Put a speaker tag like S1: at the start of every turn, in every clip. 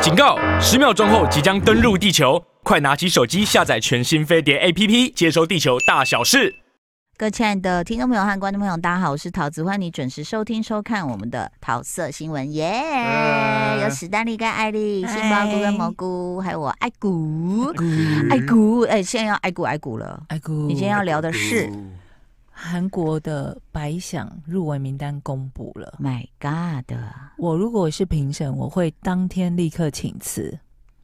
S1: 警告！十秒钟后即将登陆地球，快拿起手机下载全新飞碟 APP，接收地球大小事。
S2: 各位亲爱的听众朋友和观众朋友，大家好，我是桃子，欢迎你准时收听收看我们的桃色新闻，耶、有史丹利跟艾丽、
S3: 嗯嗨
S2: 杏鲍菇跟蘑菇，还有我爱谷，爱
S1: 哎，
S2: 谷，哎、现在要爱谷爱谷了。
S3: 哎姑，
S2: 你今天要聊的是
S3: 韩国的百想入围名单公布了。
S2: My God，
S3: 我如果是评审，我会当天立刻请辞，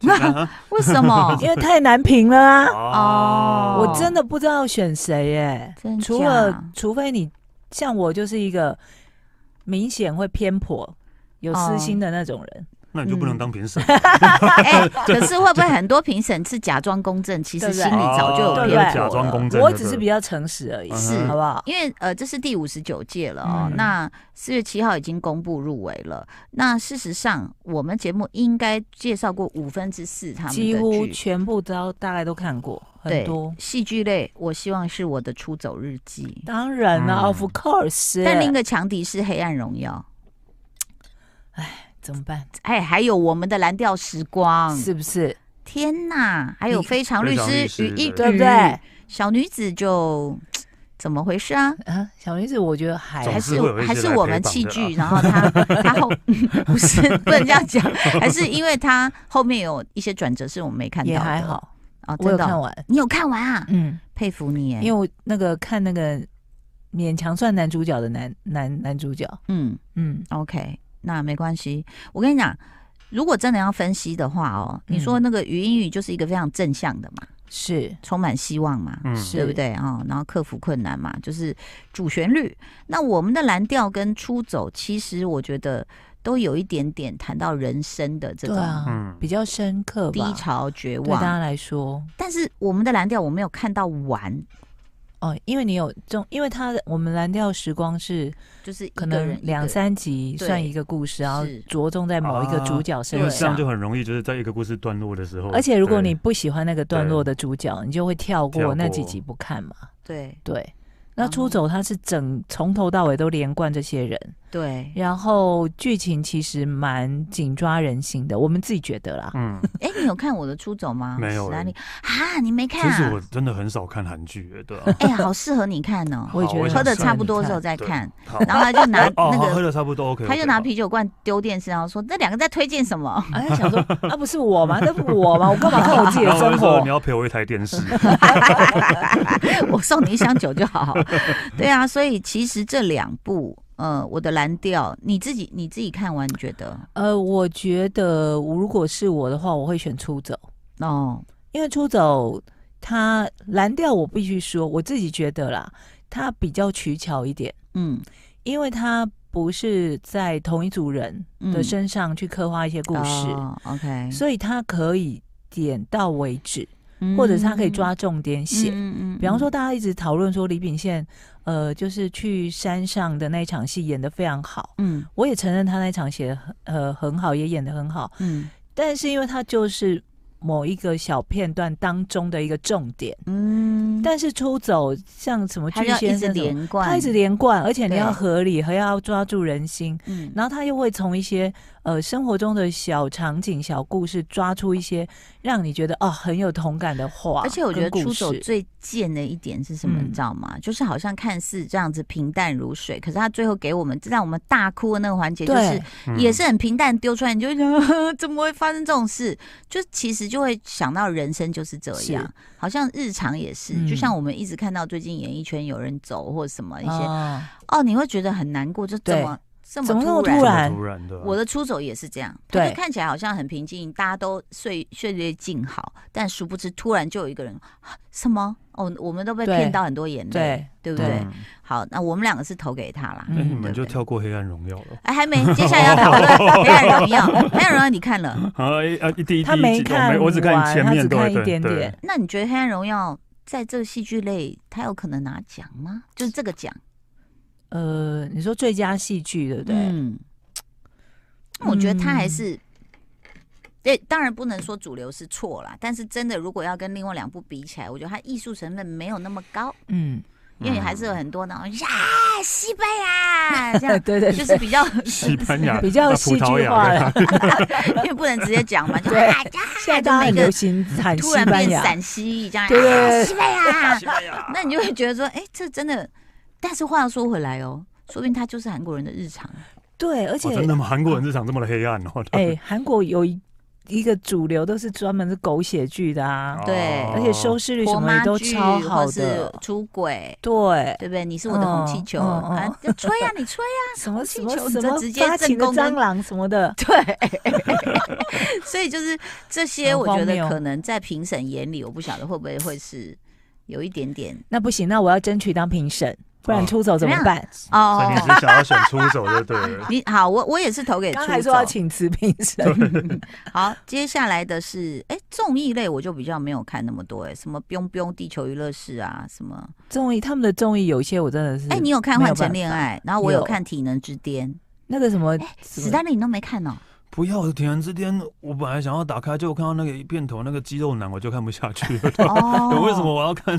S4: 啊
S2: 为什么？
S3: 因为太难评 了
S2: 哦
S3: 啊！我真的不知道选谁耶、
S2: 真假
S3: 除了除非你像我，就是一个明显会偏颇、有私心的那种人。
S4: 那你就不能当评审，
S2: 哎、可是会不会很多评审是假装公正，其实
S3: 对不
S2: 心
S3: 对
S2: 里早就有
S3: 对
S2: 偏颇
S3: 不对
S2: 了？
S4: 假装公正
S3: 我只是比较诚实而已，
S2: 是
S3: 好不好？
S2: 因为呃，这是第五十九届了哦。
S3: 嗯
S2: 那四月七号已经公布入围了。那事实上，我们节目应该介绍过五分之四他们
S3: 几
S2: 的
S3: 乎
S2: 剧，
S3: 全部都大概都看过，很
S2: 对
S3: 多。
S2: 戏剧类，我希望是我的出走日记。
S3: 当然了、
S4: 嗯
S3: o f course。
S2: 但另一个强敌是《黑暗荣耀
S3: 怎么办？》，
S2: 哎，还有我们的《蓝调时光》，
S3: 是不是？
S2: 天哪，还有《
S3: 你
S2: 非常律师
S4: 非常律
S2: 与
S4: 师
S2: 一
S3: 对不
S2: 女
S3: 对？
S2: 小女子就怎么回事啊？
S3: 啊，小女子，我觉得还
S4: 总
S2: 还
S4: 是会有一些
S2: 还是
S4: 来
S2: 我
S4: 陪
S2: 们
S4: 绑
S2: 弃
S4: 的啊
S2: 剧，然后他他后不是不能这样讲，还是因为他后面有一些转折是我们没看到
S3: 也
S2: 的，
S3: 还好，
S2: 哦，
S3: 我有
S2: 真的
S3: 看
S2: 哦，哎
S3: 完。
S2: 你有看完啊？
S3: 嗯，
S2: 佩服你耶，
S3: 因为我那个看那个勉强算男主角的男男男主角，
S2: 嗯
S3: 嗯，
S2: ，OK，那没关系，我跟你讲。如果真的要分析的话哦，你说
S3: 嗯
S2: 那个语音语就是一个非常正向的嘛，
S3: 是
S2: 充满希望嘛，
S4: 嗯，
S3: 是
S2: 对不？对啊、哦然后克服困难嘛，就是主旋律。那我们的蓝调跟出走，其实我觉得都有一点点谈到人生的这
S3: 对
S2: 种
S3: 啊，
S4: 嗯
S3: 比较深刻
S2: 低
S3: 吧。
S2: 潮、绝
S3: 对大家
S2: 望。
S3: 来说，
S2: 但是我们的蓝调我没有看到完，
S3: 哦，因为你有中，因为他的我们蓝调时光是
S2: 就是一个
S3: 可能
S2: 人
S3: 两三集
S2: 对
S3: 算一个故事，然后
S2: 是
S3: 着重在某一个主角
S4: 因
S3: 身
S4: 为这样
S3: 上。
S4: 啊就很容易，就是在一个故事段落的时候。
S3: 而且如果
S4: 对
S3: 你不喜欢那个段落的主角，你就会跳
S4: 跳
S3: 过
S4: 过
S3: 那几集不看嘛。
S2: 对
S3: 对，那
S2: 然后
S3: 出走他是整从头到尾都连贯这些人，
S2: 对。
S3: 然后剧情其实蛮紧抓人心的，我们自己觉得啦。
S4: 嗯，
S2: 哎，你有看我的出走吗？
S4: 没有
S2: 哪
S4: 哎
S2: 里啊？你没看
S4: 其实
S2: 啊
S4: 我？真的很少看韩剧，哎对啊，
S2: 哎，好适合你看哦，
S3: 我也觉
S4: 嗯好我也
S3: 得
S2: 喝
S4: 想
S2: 的
S4: 试
S2: 差不多的时
S3: 你看
S2: 候再看，
S4: 好，
S2: 然后他就拿
S4: 哦，
S2: 那
S4: 好喝
S2: 个，
S4: 的差不多，OK，
S2: 他就拿啤酒罐丢电视，然后说那两个在推荐什么？
S3: 哎，想说啊，不是我吗？那不是 我吗？我干嘛看我自己
S4: 然
S3: 的
S4: 后我
S3: 生
S4: 就说
S3: 活
S4: 你？要陪我一台电 视，
S2: 我送你一箱酒就好。 对啊，所以其实这两部，呃，我的蓝调，你自己你自己看完，你觉得？
S3: 呃，我觉得如果是我的话，我会选出走，
S2: 哦，
S3: 因为出走他蓝调，我必须说，我自己觉得啦，他比较取巧一点，
S2: 嗯，
S3: 因为他不是在同一组人的
S2: 嗯
S3: 身上去刻画一些故
S4: 嗯
S3: 事，
S2: 哦、，OK，
S3: 所以他可以点到为止，
S2: 以
S4: 嗯
S3: 或者是他可以抓重点写。
S2: 嗯
S3: 比方说，，大家一直讨论说李秉宪，呃，就是去山上的那一场戏演得非常好。
S2: 嗯
S3: 我也承认他那一场写的呃很好，也演得很好，
S2: 嗯
S3: 但是因为他就是某一个小片段当中的一个重点。
S2: 嗯，
S3: 但是出走像什么
S2: 他
S3: 巨
S2: 要一
S3: 先
S2: 直
S3: 生什么，
S2: 连贯，
S3: 他一直，连贯，而且你
S2: 对
S3: 要合理，还要抓住人心。
S2: 嗯，
S3: 然后他又会从一些呃生活中的小场景、小故事抓出一些让你觉得哦很有同感的话，
S2: 而且我觉得
S3: 跟
S2: 出
S3: 故
S2: 走
S3: 事
S2: 最贱的一点是什么，
S3: 嗯
S2: 你知道吗？就是好像看似这样子平淡如水，可是他最后给我们让我们大哭的那个环节，就是
S3: 对
S4: 嗯
S2: 也是很平淡丢出来，你就会觉得 呵呵怎么会发生这种事？就其实就会想到人生就是这样
S3: 是，
S2: 好像日常也是，
S3: 嗯
S2: 就像我们一直看到最近演艺圈有人走或什么一些，哦
S3: 哦
S2: 你会觉得很难过，就怎
S3: 对
S2: 么这
S3: 怎么那么
S2: 突然
S3: 突然
S4: 突然啊嗯的，
S2: 我的出走也是这样，
S3: 对
S2: 他就看起来好像很平静，大家都岁岁月静好，但殊不知突然就有一个人，啊什么？哦，我们都被
S3: 对
S2: 骗到很多眼泪，
S3: 对，
S2: 对不
S4: 对，
S2: 对？
S4: 嗯
S2: 好，那我们两个是投给他啦。
S3: 嗯
S4: 哎，你们
S2: 对
S4: 就
S2: 不对
S4: 跳过《黑暗荣耀》了
S2: 哎，还没，接下来要讨论《黑暗荣耀》。《黑暗荣耀》你看了？
S4: 啊？哎啊，第一第一
S3: 他
S4: 集
S3: 没
S4: 我
S3: 看完，
S4: 我只看前面，
S3: 他只
S4: 对
S3: 看
S4: 对
S3: 一点
S4: 对
S3: 点。
S2: 那你觉得《黑暗荣耀》在这个戏剧类，它有可能拿奖吗？就是这个奖，
S3: 呃，你说最佳戏剧对不对？
S2: 嗯，我觉得它还
S3: 嗯
S2: 是。对，当然不能说主流是错啦，但是真的，如果要跟另外两部比起来，我觉得它艺术成分没有那么高。
S3: 嗯，
S2: 因为还是有很多那种呀西班 牙这样，
S3: 对对，
S2: 就是比较
S4: 西班牙、
S3: 比较
S4: 啊
S3: 戏
S4: 葡
S3: 剧
S4: 萄
S3: 化
S4: 牙
S3: 了。
S2: 因为不能直接讲嘛，就
S3: 对
S2: 啊呀，
S3: 现在
S2: 就
S3: 大家
S2: 每
S3: 很
S2: 个
S3: 流行喊
S2: 突
S3: 西
S2: 然
S3: 班
S2: 变
S3: 牙，
S2: 陕西这样，
S3: 对对
S2: 啊
S3: 对
S2: 西班牙
S1: 西，班牙
S2: 那你就会觉得说，哎，这真的。但是话又说回来哦，说不定他就是韩国人的日常。啊
S3: 对，而且
S4: 哦，真的吗？韩国人日常这么的黑暗哦？
S3: 哎，韩国有一一个主流都是专门是狗血剧的
S4: 哦
S3: 啊，
S2: 对
S3: 而且收视率什
S2: 婆
S3: 么
S2: 妈
S3: 也都
S2: 剧
S3: 超好
S2: 或是
S3: 的，
S2: 出轨，
S3: 对，
S2: 对不对？你是我的红气球，
S3: 嗯嗯嗯
S2: 啊， 就吹呀、你吹呀、
S3: 什么什么
S2: 气球
S3: 什
S2: 你
S3: 么
S2: 就直接
S3: 发情的
S2: 正宫跟
S3: 蟑螂什 么的，
S2: 对，所以就是这些，
S3: 很
S2: 我觉
S3: 荒
S2: 得
S3: 谬
S2: 可能在评审眼里，我不晓得会不会会是有一点点
S3: 那不行，那我要争取当评审，不然
S4: 哦
S3: 出走怎么
S2: 怎么
S3: 办？
S4: 所以
S2: 哦
S4: 你。只想要选出走就对了。
S2: 你好，我我也是投给出
S3: 刚才
S2: 走。
S3: 说要请辞评审，
S2: 好，接下来的是，哎，综艺类我就比较没有看那么多，哎，什么《冰冰地球娱乐室》啊，什么，
S3: 综艺他们的综艺有一些我真的是，
S2: 哎，你有看《
S3: 没
S2: 换
S3: 办
S2: 乘恋
S3: 法
S2: 爱》，然后我有
S3: 有
S2: 看《体能之巅》，
S3: 那个什么
S2: 哎，
S3: 什
S2: 史
S3: 么
S2: 丹利你都没看 哦，
S4: 不要，我天之巅，我本来想要打开，就看到那个片头那个肌肉男，我就看不下去 了。
S2: 哦，
S4: 为什么我要看？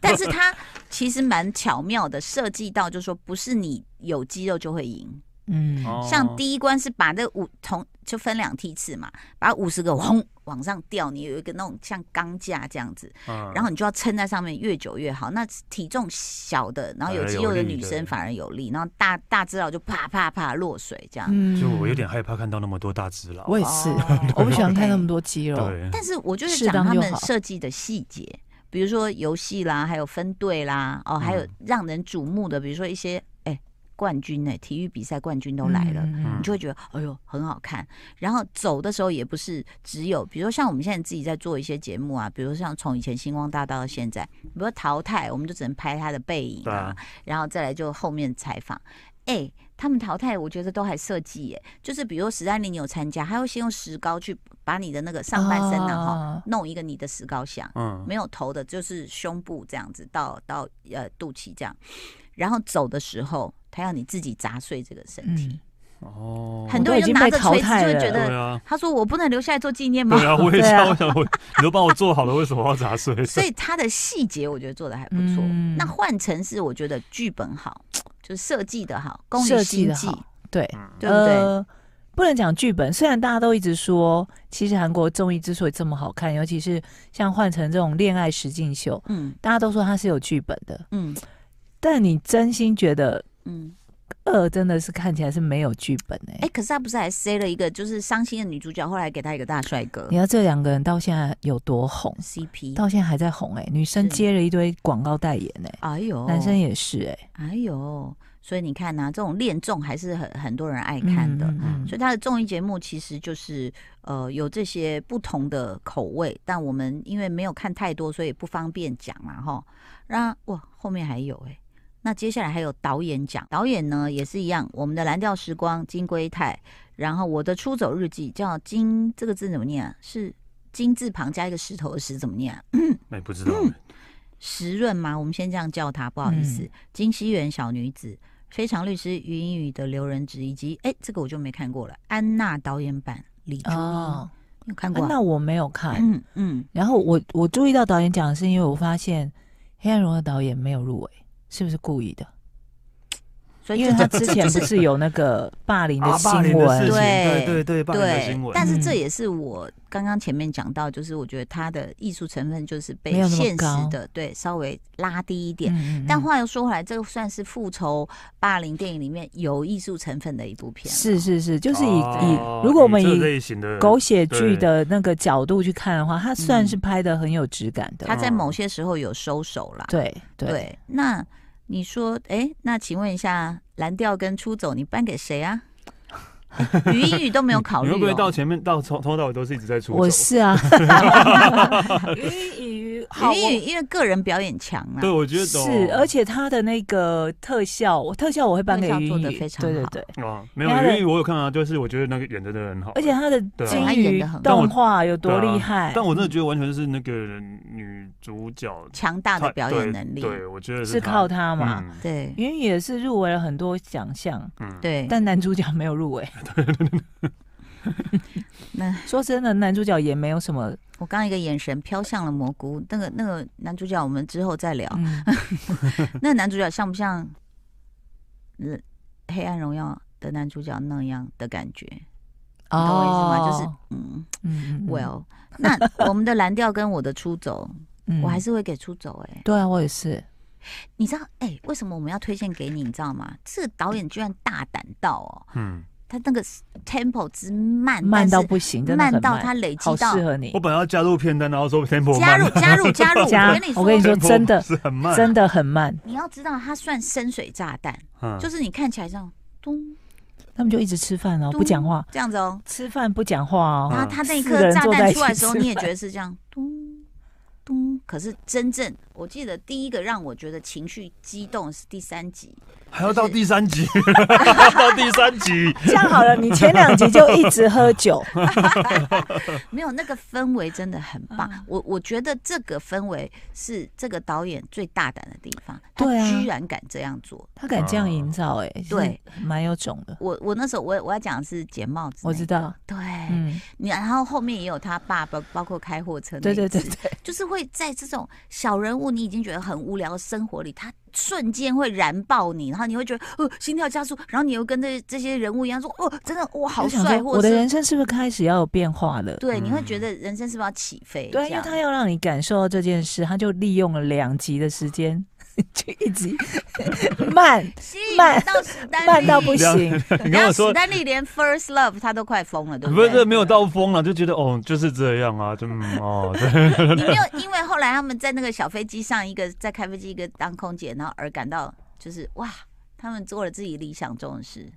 S2: 但是它其实蛮巧妙的设计到，就是说不是你有肌肉就会赢。
S3: 嗯，
S4: 哦
S2: 像第一关是把这五同就分两梯次嘛，把五十个轰往上吊，你有一个那种像钢架这样子，
S4: 嗯，
S2: 然后你就要撑在上面越久越好。那体重小的，然后
S4: 哎
S2: 有肌肉的女生反而有力，然后大大只佬就啪啪啪落水这样。
S3: 嗯
S4: 就我有，点害怕看到那么多大只佬。
S3: 我也是，
S2: 哦
S3: 我不喜欢看那么
S2: OK
S3: 多肌肉，
S4: 对，
S2: 但是我就是
S3: 适
S2: 讲
S3: 当
S2: 他
S3: 就
S2: 们
S3: 好
S2: 设计的细节，比如说游戏啦，还有分队啦，哦，还有
S4: 嗯
S2: 让人瞩目的，比如说一些哎、冠军哎、体育比赛冠军都来了。
S3: 嗯
S2: 你就会觉得，哎呦，很好看。然后走的时候也不是只有，比如说像我们现在自己在做一些节目啊，比如说像从以前星光大道到现在，比如说淘汰，我们就只能拍他的背影
S4: 对
S2: 啊
S4: 啊，
S2: 然后再来就后面采访。哎、他们淘汰，我觉得都还设计耶，就是比如说史丹利你有参加，他会先用石膏去把你的那个上半身然后
S3: 啊
S2: 弄一个你的石膏像，
S4: 嗯，
S2: 没有头的，就是胸部这样子到到呃肚脐这样，然后走的时候，他要你自己砸碎这个身体。
S3: 嗯，
S4: 哦，
S2: 很多
S3: 我
S2: 人
S3: 已
S2: 就
S3: 经
S2: 拿
S3: 被
S2: 着
S3: 淘
S2: 锤子就
S3: 汰
S2: 会
S3: 了
S2: 觉
S4: 对
S2: 得，
S4: 啊，
S2: 他说我不能留下来做纪念吗？
S4: 对啊，我也
S3: 对啊
S4: 想，我想 我，你都帮我做好了，为什么要砸 碎？
S2: 所以他的细节我觉得做的还不错。
S3: 嗯
S2: 那换成是我觉得剧本好，就是设计的好，功于
S3: 设计
S2: 心
S3: 的
S2: 计，
S3: 好，对，
S4: 嗯
S2: 对不对？
S3: 呃不能讲剧本，虽然大家都一直说，其实韩国综艺之所以这么好看，尤其是像换成这种恋爱实境秀，
S2: 嗯
S3: 大家都说它是有剧本的，
S2: 嗯
S3: 但你真心觉得
S2: 嗯。
S3: 二真的是看起来是没有剧本哎、
S2: 哎、可是他不是还塞了一个就是伤心的女主角，后来给他一个大帅哥
S3: 你看这两个人到现在有多红，
S2: CP。
S3: 到现在还在红哎、女生
S2: 是
S3: 接了一堆广告代言哎、
S2: 哎呦，
S3: 男生也是哎、
S2: 哎呦，所以你看呐、这种恋综还是很很多人爱看的。
S3: 嗯嗯
S2: 所以他的综艺节目其实就是呃有这些不同的口味，但我们因为没有看太多，所以不方便讲嘛哈。那哇，后面还有哎、那接下来还有导演奖，导演呢也是一样，我们的《蓝调时光》金龟泰，然后我的《出走日记》叫金，这个字怎么念、啊？是金字旁加一个石头的石怎么念、啊？
S4: 哎，不知道，
S2: 石润吗？我们先这样叫她，不好意思。
S3: 嗯
S2: 金熙媛小女子，非常律师于英语的刘仁植，以及哎、这个我就没看过了，安娜导演版李珠英，
S3: 哦，
S2: 你有看
S3: 啊
S2: 过、啊？
S3: 那我没有看，
S2: 嗯嗯，
S3: 然后我我注意到导演奖的是因为我发现《黑暗荣耀》导演没有入围，是不是故意的？
S2: 所以
S3: 因为
S2: 这
S3: 他
S2: 这
S3: 之
S2: 这
S3: 前
S2: 就
S3: 不
S2: 是
S3: 是有那个霸凌的
S4: 啊霸
S3: 新
S4: 凌的事
S3: 闻？
S4: 情，
S2: 对
S4: 对对对，霸凌的
S2: 对
S4: 新，闻，
S2: 但是
S3: 嗯
S2: 这也是我刚刚前面讲到，就是我觉得他的艺术成分就是被
S3: 没有那么
S2: 现实
S3: 高
S2: 的对稍微拉低一点。
S3: 嗯嗯嗯
S2: 但话又说回来，这个算是复仇霸凌电影里面有艺术成分的一部片了。
S3: 是是是，就是以以
S4: 哦
S3: 如果我们
S4: 这
S3: 以
S4: 类型的
S3: 狗血剧的那个角度去看的话，它算是拍的很有质感
S2: 嗯
S3: 的
S2: 他。在某些时候有收手啦。
S3: 哦对对，
S2: 对，那你说，哎，那请问一下，蓝调跟出走，你颁给谁 啊？诶语音语都没有考
S4: 你
S2: 虑、
S4: 会不会到
S2: 哦，
S4: 前面到从从头到尾都是一直在出
S3: 我
S4: 走？
S3: 是啊，鱼鱼好
S2: 语音语因为个人表演强啊
S4: 对，，我觉得哦
S3: 是，而且它的那个特效，我特效我会颁给
S2: 特效
S3: 鱼
S2: 做得
S3: 鱼
S2: 非常
S3: 对对
S2: 好
S3: 对。
S4: 啊，没有，
S3: 因为
S4: 因
S3: 他的
S4: 为我有看啊，就是我觉得那个演的真的很好，
S3: 而且他的
S4: 对啊
S3: 金
S2: 他演
S3: 鱼
S2: 得很好
S3: 动画有多
S4: 对啊
S3: 厉害？
S4: 但我真的觉得完全是那个女主角
S2: 强大的
S4: 她
S2: 表演能力，
S4: 对，对我觉得
S3: 是
S4: 她
S3: 靠他嘛。
S4: 嗯
S2: 对
S3: 云、也是入围了很多奖项，
S4: 嗯，
S2: 对
S3: 但男主角没有入围。
S2: 那
S3: 说真的，男主角也没有什么，
S2: 我刚刚一个眼神飘向了蘑菇，那个那个男主角，我们之后再 聊。
S3: 嗯，
S2: 那个男主角像不像，呃，《黑暗荣耀》的男主角那样的感觉？ 你懂我意思吗？就是
S3: 哦
S2: 嗯
S3: 嗯嗯嗯
S2: ，Well，那我们的蓝调跟我的出走，
S3: 嗯
S2: 我还是会给出走哎、
S3: 对啊，我也是，
S2: 你知道哎、为什么我们要推荐给你？你知道吗？这个导演居然大胆到哦，
S4: 嗯，
S2: 他那个 tempo 之慢，
S3: 慢到
S2: 但是
S3: 不行，真的很
S2: 慢到它累积
S3: 好
S2: 到
S3: 适合你
S4: 我。本来要加入片单，然后说 tempo
S2: 加
S4: 慢
S2: 入加入加入，
S3: 加
S2: 我 跟你说，
S3: 我跟你说
S4: tempo
S3: 真的
S4: 是很慢，啊
S3: 真的很慢，
S2: 你要知道，它算深水炸弹，
S4: 嗯
S2: 就是你看起来这样咚
S3: 他们就一直吃饭哦，
S2: 咚
S3: 不讲话，
S2: 这样子哦，
S3: 吃饭不讲话哦
S4: 嗯，
S2: 然后它那一
S3: 四个
S2: 颗
S3: 人
S2: 炸
S3: 坐在
S2: 弹
S3: 一
S2: 出来的
S3: 起
S2: 时候，
S3: 吃
S2: 你也觉得是这样咚咚。可是真正，我记得第一个让我觉得情绪激动的是第三集，
S4: 还要到第三集，到第三集，
S3: 这样好了，你前两集就一直喝酒，
S2: 没有那个氛围真的很棒。
S3: 嗯
S2: 我我觉得这个氛围是这个导演最大胆的地方，他
S3: 对啊
S2: 居然敢这样做。
S3: 他敢这样营造、欸，哎，
S2: 对，
S3: 蛮有种的。
S2: 我我那时候我我要讲的是捡帽子，
S3: 我知。道，
S2: 对，
S3: 嗯，
S2: 你然后后面也有他爸爸，包括开货车那
S3: 对
S2: 一
S3: 对对
S2: 次
S3: 对，
S2: 就是会在这种小人物你已经觉得很无聊的生活里，他瞬间会燃爆你，然后你会觉得哦心跳加速，然后你又跟这这些人物一样说哦真的哇好
S3: 我想说
S2: 帅，或
S3: 我的
S2: 者
S3: 人
S2: 是
S3: 生是不是开始要有变化了？
S2: 对，你会
S4: 嗯
S2: 觉得人生是不是要起飞？
S3: 对，啊
S2: 这
S3: 因为
S2: 样
S3: 他要让你感受到这件事，他就利用了两集的时间， 就一 集慢
S2: 吸引
S3: 慢
S2: 到史丹利，
S3: 慢到不
S4: 两
S3: 行，
S4: 你
S2: 然
S4: 跟
S2: 后
S4: 我
S2: 史
S4: 说。
S2: 丹利连 first love 他都快疯了，对
S4: 不
S2: 对？
S4: 是没有到疯了，就觉得哦就是这样啊，就嗯哦，对，
S2: 你没有因为后来他们在那个小飞机上，一个在开飞机，一个当空姐，然后而感到就是哇，他们做了自己理想中的事，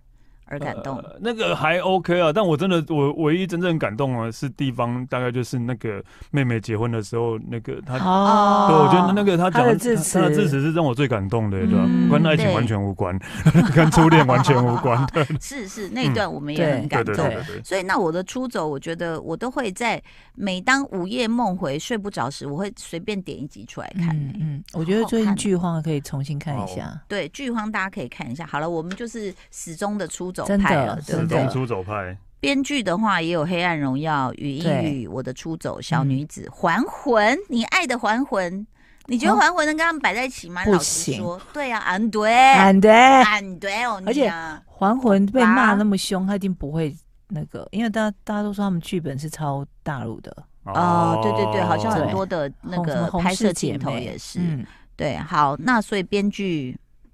S2: 而感动。
S4: 呃那个还 OK 啊，但我真的我唯一真正感动啊是地方，大概就是那个妹妹结婚的时候，那个她
S3: 哦，
S4: 对，我觉得那个他
S3: 他
S4: 讲
S3: 的
S4: 他
S3: 致
S4: 他的
S3: 辞
S4: 致辞是让我最感动的，对吧
S3: 嗯？
S4: 跟爱情
S2: 对
S4: 完全无关， 跟初恋完全无 关，对
S2: 是是，那一段我们也
S3: 对
S2: 很
S4: 对
S2: 感
S4: 对
S2: 动。
S4: 对对。
S2: 所以，那我的出走，我觉得我都会在每当午夜梦回、睡不着时，我会随便点一集出来看、
S3: 嗯嗯，我觉得
S2: 好
S3: 最近
S2: 看
S3: 剧荒可以重新看
S4: 哇
S3: 一
S4: 哦
S3: 下，
S2: 对，剧荒大家可以看一下。好了，我们就是始终的出走
S3: 真的
S2: 派了，对
S4: 始
S2: 不
S3: 真的
S2: 对
S4: 终？出走派，
S2: 编剧的话也有《黑暗荣耀》《语音语》《我的出走》《小女子》
S3: 嗯
S2: 还魂》，你爱的还魂，你觉得
S3: 哦
S2: 还魂能跟他们摆在一起吗？
S3: 不
S2: 老实
S3: 行
S2: 说，对啊，俺对，
S3: 俺的
S2: 俺对哦，
S3: 而
S2: 你
S3: 且
S2: 啊，
S3: 还魂被骂
S2: 啊
S3: 那么凶，他一定不会那个，因为大家大家都说他们剧本是抄大陆的，
S2: 哦，对对对，好像很
S3: 对
S2: 多的那
S3: 红什么
S2: 个
S3: 红
S2: 拍摄
S3: 氏姐
S2: 镜头
S3: 妹
S2: 也是，
S3: 嗯，
S2: 对，好，那所以编剧《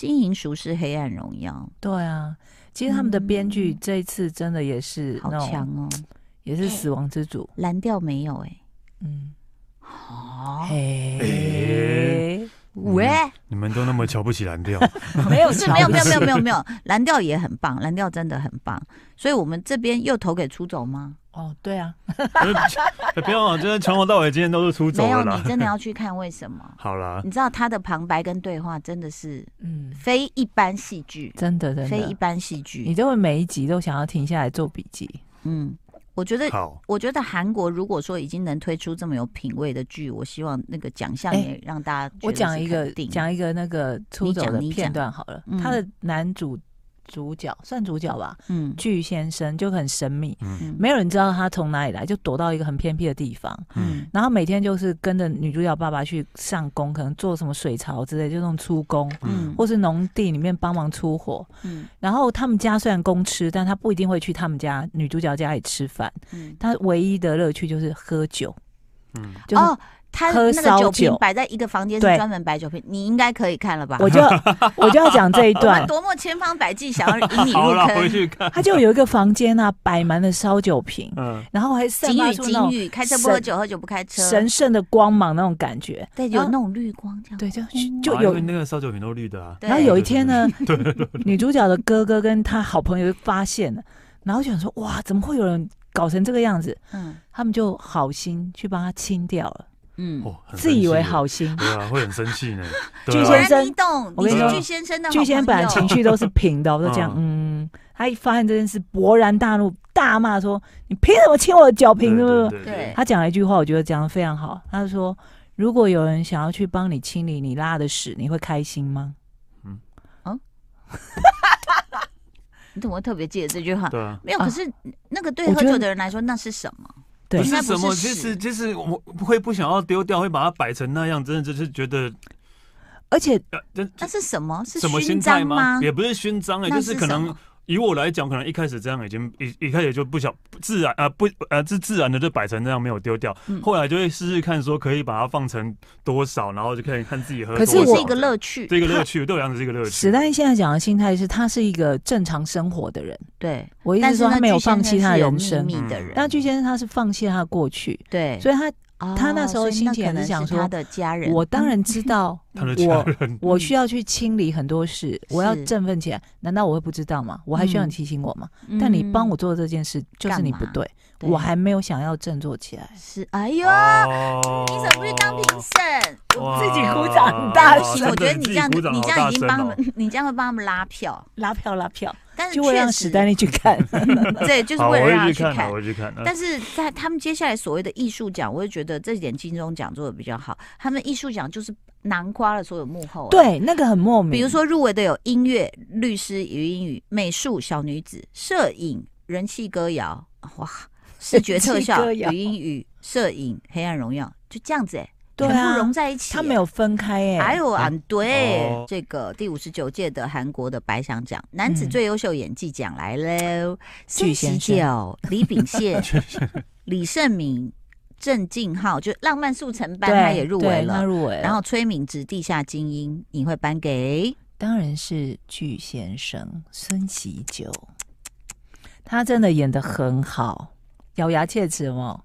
S2: 经营熟是黑暗荣耀
S3: 对啊。其实他们的编剧
S2: 嗯
S3: 这一次真的也是》
S2: 好
S3: 那
S2: 强
S3: 种，
S2: 哦，
S3: 也是死亡之主，
S2: 蓝调没有哎、
S3: 嗯，
S2: 哦，
S3: 嘿
S4: 诶，
S2: 喂，
S4: 你们都那么瞧不起蓝调，
S3: 没有
S2: 不 是
S3: 瞧
S2: 哦没有
S3: 不
S2: 没有没有
S3: 起
S2: 没有没有，蓝调也很棒，蓝调真的很棒，所以我们这边又投给出走吗？
S3: 哦，对啊，
S4: 就是不要啊！就是从头到尾今天都是出走
S2: 没
S4: 了
S2: 有，你
S4: 啦。？
S2: 真的要去看为什么
S4: 好啦，
S2: 你知道他的旁白跟对话真的是
S3: 嗯，
S2: 非一般戏剧，
S3: 真的真
S2: 非一
S3: 的，
S2: 般戏
S3: 你
S2: 剧。
S3: 都会每一集都想要停下来做笔记，
S2: 嗯，我觉得。
S4: 好，
S2: 我觉得韩国如果说已经能推出这么有品味的剧，我希望那个奖项
S3: 哎
S2: 也让大家觉
S3: 我
S2: 得
S3: 讲
S2: 是
S3: 一个
S2: 肯定
S3: 讲一个那个出走的
S2: 你讲你
S3: 片
S2: 讲
S3: 段好了
S2: 嗯，
S3: 他的男主主角算主角吧，
S2: 嗯
S3: 巨先生就很神秘，
S4: 嗯
S2: 嗯
S3: 没有人知道他从哪里来，就躲到一个很偏僻的地方，
S4: 嗯，
S3: 然后每天就是跟着女主角爸爸去上工，可能做什么水槽之类，就那种出工，
S4: 嗯
S3: 或是农地里面帮忙出火。
S2: 嗯
S3: 然后他们家虽然供吃，但他不一定会去他们家女主角家里吃饭，
S2: 嗯
S3: 他唯一的乐趣就是喝酒，
S4: 嗯，
S3: 就是
S2: 哦，他
S3: 喝
S2: 那个
S3: 烧
S2: 酒瓶
S3: 酒
S2: 摆在一个房间是
S3: 对
S2: 专门摆酒瓶，你应该可以看了吧？
S3: 我就我就要讲这一段
S2: 们，多么千方百计想要引 你
S4: 好
S2: 入
S4: 啦，回
S2: 坑。
S4: 去看，
S3: 他就有一个房间啊，摆满了烧酒瓶，
S4: 嗯，
S3: 然后还散
S2: 警
S3: 发
S2: 语
S3: 出那
S2: 警
S3: 种
S2: 语，开车不喝酒，喝酒不开车。
S3: 神圣的光芒那种感觉，
S2: 对，有那种绿光这样。
S3: 对，就
S2: 嗯
S3: 就
S4: 啊因
S3: 有
S4: 为那个烧酒瓶都绿的啊，
S2: 对
S3: 然后有一天呢，
S4: 对，对对
S3: 女主角的哥哥跟他好朋友就发现了，然后想说哇，怎么会有人搞成这个样子？
S2: 嗯
S3: 他们就好心去帮他清掉了，
S2: 嗯，
S4: 哦，很生
S3: 自以为
S4: 气耶，
S3: 好心。
S4: 对啊，会很生气 呢。
S3: 巨
S4: 对
S3: 先
S4: 啊，
S3: 生
S2: 你懂，你
S3: 我跟
S4: 你
S2: 是
S4: 说
S2: 巨先生的好
S3: 巨仙本来
S2: 朋友
S3: 情绪都是平的，我都讲嗯，他一发现这件事勃然大怒，大骂说：“你凭什么清我的酒瓶？”是不是？
S4: 对
S2: 对
S3: 他讲了一句话，我觉得讲的非常好。他说：“如果有人想要去帮你清理你拉的屎，你会开心吗？”
S2: 嗯你怎么会特别记得这句话？
S4: 对啊，
S2: 没有，
S3: 啊
S2: 可是那个对
S3: 我
S2: 喝
S3: 觉得
S2: 酒的人来说，那是什么？
S3: 对
S4: 不
S2: 应该
S4: 是
S2: 不
S4: 什
S2: 是
S4: 么，
S2: 屎
S4: 就是就是我会不想要丢掉，会把它摆成那样，真的就是觉得
S3: 而且
S4: 呃，这
S2: 那是什么？是
S4: 什么心
S2: 勋
S4: 态
S2: 章
S4: 吗？
S2: 吗？
S4: 也不是勋章哎、
S2: 那
S4: 就是
S2: 是
S4: 可
S2: 什
S4: 能
S2: 么
S4: 以我来讲，可能一开始这样已经一一开始就不想自然啊、不呃是自然的就摆成那样没有丢掉，
S2: 嗯
S4: 后来就会试试看说可以把它放成多少，然后就可以看自己喝多
S3: 可
S4: 少。
S3: 是
S2: 这也
S3: 我
S2: 是一个乐趣，
S4: 这个乐
S2: 他
S4: 趣，对我来讲是一个乐趣。
S3: 史丹现在讲的心态是，他是一个正常生活的人。
S2: 对。
S3: 我意思
S2: 但
S3: 是
S2: 是
S3: 说，他
S2: 呢
S3: 没有
S2: 巨先
S3: 放
S2: 生
S3: 弃他
S2: 是
S3: 的
S2: 有
S3: 人
S2: 秘
S3: 生。
S2: 密的
S4: 嗯
S2: 人，哦
S3: 但巨先生他是放弃他的过去，
S2: 对，
S3: 所以他
S2: 哦
S3: 他那时候
S2: 所以
S3: 心情
S2: 可
S3: 也是
S2: 能
S3: 想
S2: 是
S3: 说
S2: 他的家人，
S3: 我当然知 道
S4: 他的家
S3: 我
S4: 人，
S3: 我
S2: 嗯
S3: 需要去清理很多事，我要
S2: 是
S3: 振奋起来，难道我会不知道吗？我还需要
S2: 嗯
S3: 你提醒我吗？
S2: 嗯，
S3: 但你帮我做这件事就是你不
S2: 干嘛
S3: 对，
S2: 对，
S3: 我还没有想要振作起来。
S2: 是哎呦，
S4: 哦
S2: 你怎么不去当评审？
S4: 哇
S2: 我
S3: 自己鼓掌很大
S2: 不
S3: 声
S2: 行，我觉得
S4: 真
S2: 你
S4: 的
S2: 这样
S4: 自己
S2: 子你
S4: 鼓，掌好
S2: 这样
S4: 大
S2: 已经
S4: 声
S2: 帮他
S4: 哦
S2: 们， 你这样会帮他们拉票，
S3: 拉票拉票，
S2: 但是
S3: 就会让
S2: 确
S3: 史
S2: 实，
S3: 丹利去看。
S2: 对，就是
S4: 好，我
S2: 为了让他
S4: 会
S2: 去
S4: 去看啊，我会去看啊。
S2: 但是在他们接下来所谓的艺术奖，我就觉得这一点金钟奖做的比较好。他们艺术奖就是囊括了所有幕后、， 啊
S4: 嗯
S3: 对，那个很莫名。
S2: 比如，说入围的有音乐、律师与英语、美术、小女子、摄影、人气歌谣，哇，视觉特效、
S3: 人气歌谣
S2: 语音语、摄影、黑暗荣耀，就这样子哎、
S3: 对
S2: 全部
S3: 啊，
S2: 融在一起、欸
S3: 他没。有分开哎、
S2: 还有俺对、
S4: 哦
S2: 这个第五十九届的韩国的白想奖男子
S3: 嗯
S2: 最优秀演技奖来 喽，
S3: 巨
S2: 孙
S3: 先
S2: 喜
S3: 生
S2: 九、李秉宪、李胜明、郑敬浩，就浪漫速成班
S3: 对
S2: 他也入围
S3: 对他
S2: 了。
S3: 入围了。
S2: 然后崔敏植地下精英，你会颁给
S3: 当然是巨先生孙喜九，他真的演的很好，咬牙切齿哦。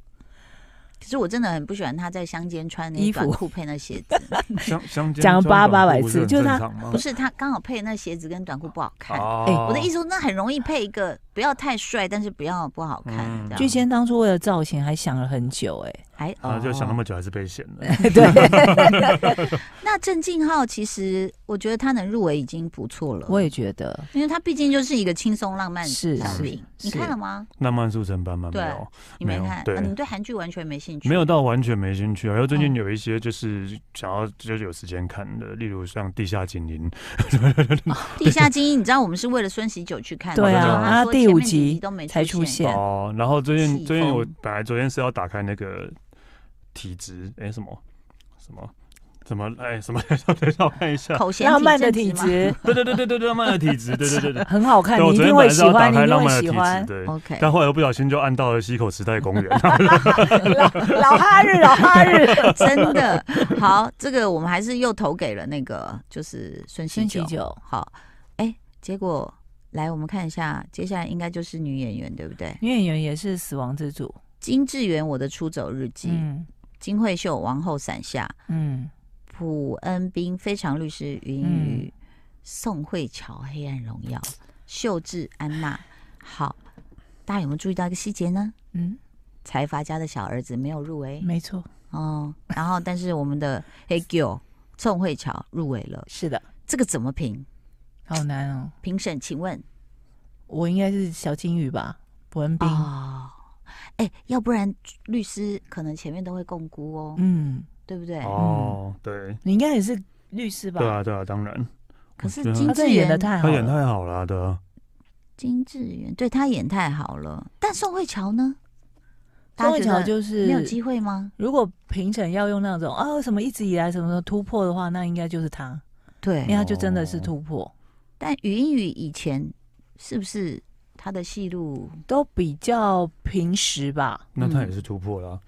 S2: 可是我真的很不喜欢他在乡间穿那
S3: 衣
S2: 些
S3: 服
S2: 短裤配那鞋 子，
S4: 相相
S3: 讲八八百次就是哎他
S2: 不
S4: 不
S2: 是他刚好配那鞋子跟短裤不好看。
S4: 哦，
S2: 我的意
S4: 思，
S2: 思说，那很容易配一个不要太帅，但是不要不好看。
S4: 嗯
S2: 这
S3: 巨
S2: 样
S3: 先当初为了造型还想了很久、
S2: 还
S4: 啊，就想那
S2: 哦
S4: 么久还是被嫌 了。
S3: 哎，对，
S2: 那郑敬浩其实我觉得他能入围已经不错了，
S3: 我也觉得
S2: 因为他毕竟就是一个轻松浪漫
S3: 是
S2: 小
S4: 是
S2: 品，你
S3: 是
S2: 看了吗？
S4: 浪漫速成班吗？没
S2: 对
S4: 有，
S2: 你没
S4: 没有
S2: 看，
S4: 对
S2: 啊你对韩剧完全没兴趣，
S4: 没有到完全没兴趣啊。然后最
S2: 嗯
S4: 近有一些就是想要就是有时间看的，例如像《地下精灵》，
S2: 地下精英，你知道我们是为了孙喜九去看的，
S3: 对
S4: 啊
S2: 结果他
S3: 啊
S2: 说
S3: 第
S2: 前面
S3: 五
S2: 几
S3: 集
S2: 都没
S3: 才出
S2: 现。
S3: 现。
S4: 哦，然后最近
S2: 起
S4: 最近我
S2: 风
S4: 本来昨天是要打开那个体质，哎、什么什么什么哎、什么， 等一下我看一下。
S2: 口嫌
S3: 浪漫的
S2: 体
S3: 体
S2: 正直吗
S3: 质
S4: 对对对对对对，浪漫的体质，对对对对。
S3: 很好看，
S4: 对，我
S3: 你一
S4: 昨天本
S3: 定会
S4: 来是
S3: 喜
S4: 要打
S3: 欢，你
S4: 开
S3: 一定
S4: 浪漫
S3: 会
S4: 的
S3: 喜
S4: 体
S3: 欢
S4: 质，。对。
S2: ，OK，
S4: 但后来又不小心就按到了溪口时代公 园，
S3: 老老哈日， 老哈日，
S2: 真的好，这个我们还是又投给了那个就是孙喜
S3: 孙喜
S2: 九，
S3: 九
S2: 好，哎，结果来我们看一下，接下来应该就是女演员对不对？
S3: 女演员也是死亡之主。
S2: 金智媛《我的出走日记》，
S3: 嗯
S2: 金惠秀《王后伞下》，
S3: 嗯，
S2: 朴恩斌《非常律师云
S4: 嗯
S2: 雨》宋慧乔《黑暗荣耀》，秀智安娜。好，大家有没有注意到一个细节呢？
S3: 嗯，
S2: 财阀家的小儿子没有入
S4: 嗯
S2: 围
S3: 没错，
S2: 哦，然后但是我们的黑 girl 宋慧乔入围了，
S3: 是的，
S2: 这个怎么评？
S3: 好难哦。
S2: 评审，请问
S3: 我应该是小金鱼吧，伯恩斌。
S2: 哦，哎、要不然律师可能前面都会共估哦，
S3: 嗯，
S2: 对不对？
S4: 哦，对，
S3: 你应该也是律师吧？
S4: 对啊，对啊，当然，
S2: 可是
S4: 我觉得
S2: 金
S3: 他
S2: 智
S3: 真的嗯演
S2: 媛
S3: 的太好
S4: 他
S3: 了，
S4: 演太好了，对啊，
S2: 金智媛对她演太好了，但宋慧乔呢？大家
S3: 宋慧
S2: 觉
S3: 乔
S2: 得
S3: 就是
S2: 没有机会吗？
S3: 如果评审要用那种哦什么一直以来什么什么突破的话，那应该就是他，
S4: 嗯
S3: 因为
S2: 对，
S3: 他就真的是突破，
S4: 哦
S2: 但语音语以前是不是她的戏路？
S3: 都比较平 时吧，
S4: 那他也是突破了啊，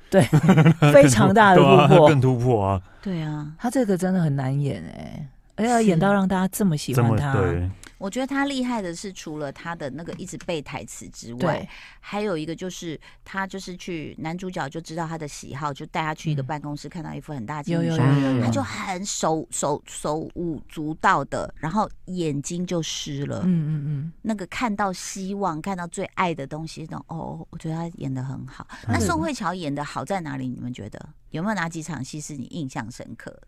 S3: 非常大的
S4: 对啊，他
S3: 突破。
S4: 更突破啊，
S2: 对啊，
S3: 他这个真的很难演哎、而且要
S2: 是
S3: 演到让大家这么喜
S4: 这
S3: 欢
S4: 么
S3: 他，
S4: 对，
S2: 我觉得她厉害的是，除了她的那个一直背台词之外
S3: 对，
S2: 还有一个就是她就是去男主角就知道她的喜好，就带她去一个
S3: 嗯
S2: 办公室，看到一副很大
S3: 有
S2: 镜
S3: 有
S2: 子，
S3: 有有
S2: 她
S3: 有，
S2: 就很手手手舞足蹈的，然后眼睛就湿了。
S3: 嗯嗯嗯，
S2: 那个看到希望、看到最爱的东西那种，哦，我觉得他演的很好。那
S3: 是
S2: 宋慧乔演的好在哪里？你们觉得有没有哪几场戏是你印象深刻 的？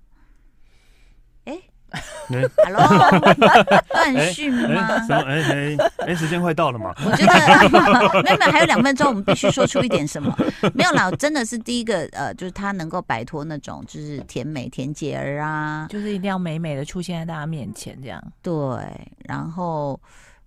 S2: 哎、
S4: 哎
S2: h e l l o 断讯吗？
S4: 哎，什么哎哎哎，时间快到了嘛，
S2: 我觉得 没有没有，还有两分钟，我们必须说出一点什么。没有啦，真的是第一个，呃，就是他能够摆脱那种就是甜美甜姐儿啊，
S3: 就是一定要美美的出现在大家面前这样，
S2: 对，然后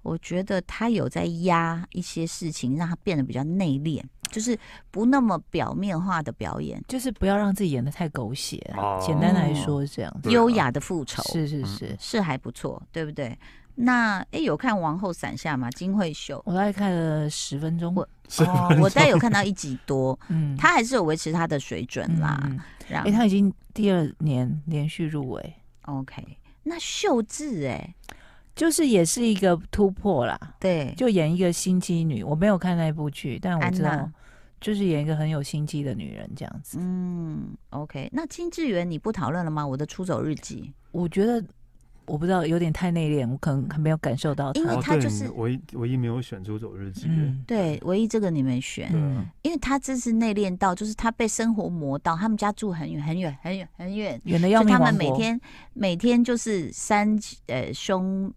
S2: 我觉得他有在压一些事情，让他变得比较内敛，就是不那么表面化的表演，
S3: 就是不要让自己演的太狗血啊、
S4: 哦嗯
S3: 简单来说，这样
S4: 对啊
S2: 优雅的复仇
S3: 是是是。
S2: 是还不错，对不对？那哎，诶有看《王后伞下》吗？金惠秀，
S3: 我大概看了十分钟，
S2: 我
S4: 是
S2: 哦，我大概有看到一集 多，
S3: 嗯，
S2: 他还是有维持他的水准啦。
S3: 嗯嗯
S2: 然
S3: 哎、他已经第二年连续入围，
S2: OK，那秀智哎、
S3: 就是也是一个突破啦，
S2: 对，
S3: 就演一个心机女。我没有看那部剧，但我知
S2: 安
S3: 道
S2: 娜，
S3: 就是演一个很有心机的女人这样子。
S2: 嗯，OK，那金智媛你不讨论了吗？我的出走日记，
S3: 我觉得我不知道，有点太内敛，我可能还没有感受到她。
S2: 因为
S4: 哦
S2: 他
S4: 对
S2: 就是
S4: 你唯一唯一没有选出走日记，
S3: 嗯，
S2: 对，唯一这个你们选，
S3: 嗯，
S2: 因为他这次内敛到，就是他被生活磨到，他们家住很远很远很远很远，
S3: 远
S2: 所
S3: 的要
S2: 以
S3: 命
S2: 他
S3: 王
S2: 们每
S3: 国。
S2: 天每天就是三呃兄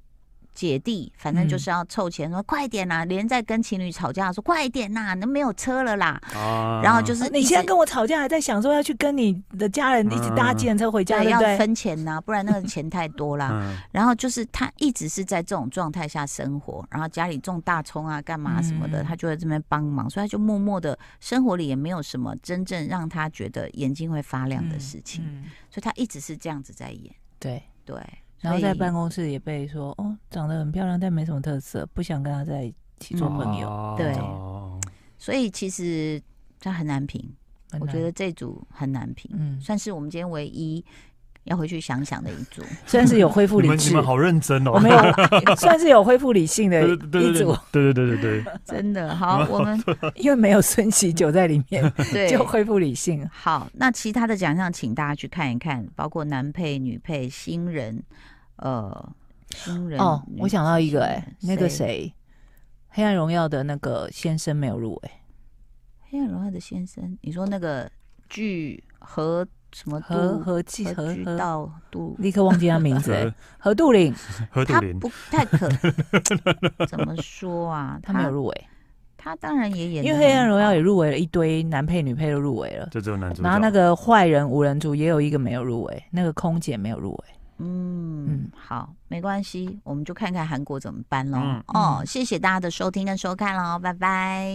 S2: 姐弟，反正就
S3: 嗯
S2: 是要凑钱，说快点啦、连在跟情侣吵架说快点啦、那没有车了啦，
S4: 啊
S2: 然后就是
S3: 你
S2: 一
S3: 现在
S2: 直
S3: 跟我吵架，还在想说要去跟你的家人一起搭计程车回家，
S2: 嗯对
S3: 对不
S2: 要
S3: 对？
S2: 分钱呐、不然那个钱太多啦。
S4: 嗯
S2: 然后就是他一直是在这种状态下生活，然后家里种大葱啊、干嘛什么的，
S3: 嗯
S2: 他就在这边帮忙，所以他就默默的生活里也没有什么真正让他觉得眼睛会发亮的事情，
S3: 嗯嗯
S2: 所以他一直是这样子在演。
S3: 对。
S2: 对，
S3: 然后
S2: 所以
S3: 在办公室也被说，哦，长得很漂亮，但没什么特色，不想跟她在一起做朋友。
S4: 哦
S2: 对所以其实他很难评，
S3: 很
S2: 我
S3: 难
S2: 觉得，这组很难评，
S3: 嗯，
S2: 算是我们今天唯一要回去想想的一 组。
S3: 虽然是有恢复
S4: 你
S3: 理
S4: 们你
S3: 智
S4: 们，好认真
S3: 我
S4: 哦，
S3: 没有，算是有恢复理性的
S4: 对对
S3: 一
S4: 对
S3: 组，
S4: 对对对对对，
S2: 真的好， 我 们
S3: 因为没有孙喜九在里面，
S2: 对
S3: 就恢复理性。
S2: 好，那其他的奖项请大家去看一看，包括男配、女配、新人，呃，新人
S3: 哦，
S2: 女
S3: 我想到一个，哎，
S2: 新
S3: 那
S2: 人
S3: 个，谁，《黑暗荣耀》的那个先生没有入围，
S2: 黑暗荣耀的先生，你说那个剧和什么
S3: 何
S2: 杜
S3: 何记
S2: 和
S3: 何
S2: 居
S3: 何，
S2: 道杜，
S3: 立刻忘记他名字，哎
S4: 何
S3: 何杜林，
S4: 何杜
S2: 他
S4: 林
S2: 不太 可怎么说啊？
S3: 他没有
S2: 他
S3: 入围，
S2: 他当然也演得
S3: 因为
S2: 很好，
S3: 《黑暗荣耀》也入围了一堆男配、女配都入围了。
S4: 就只有男主角，
S3: 然后那个坏人无人组也有一个没有入围，那个空姐没有入围。
S2: 嗯
S3: 嗯，
S2: 好，没关系，我们就看看韩国怎么办喽
S4: 嗯。
S2: 哦，
S3: 嗯
S2: 谢谢大家的收听跟收看喽，拜拜。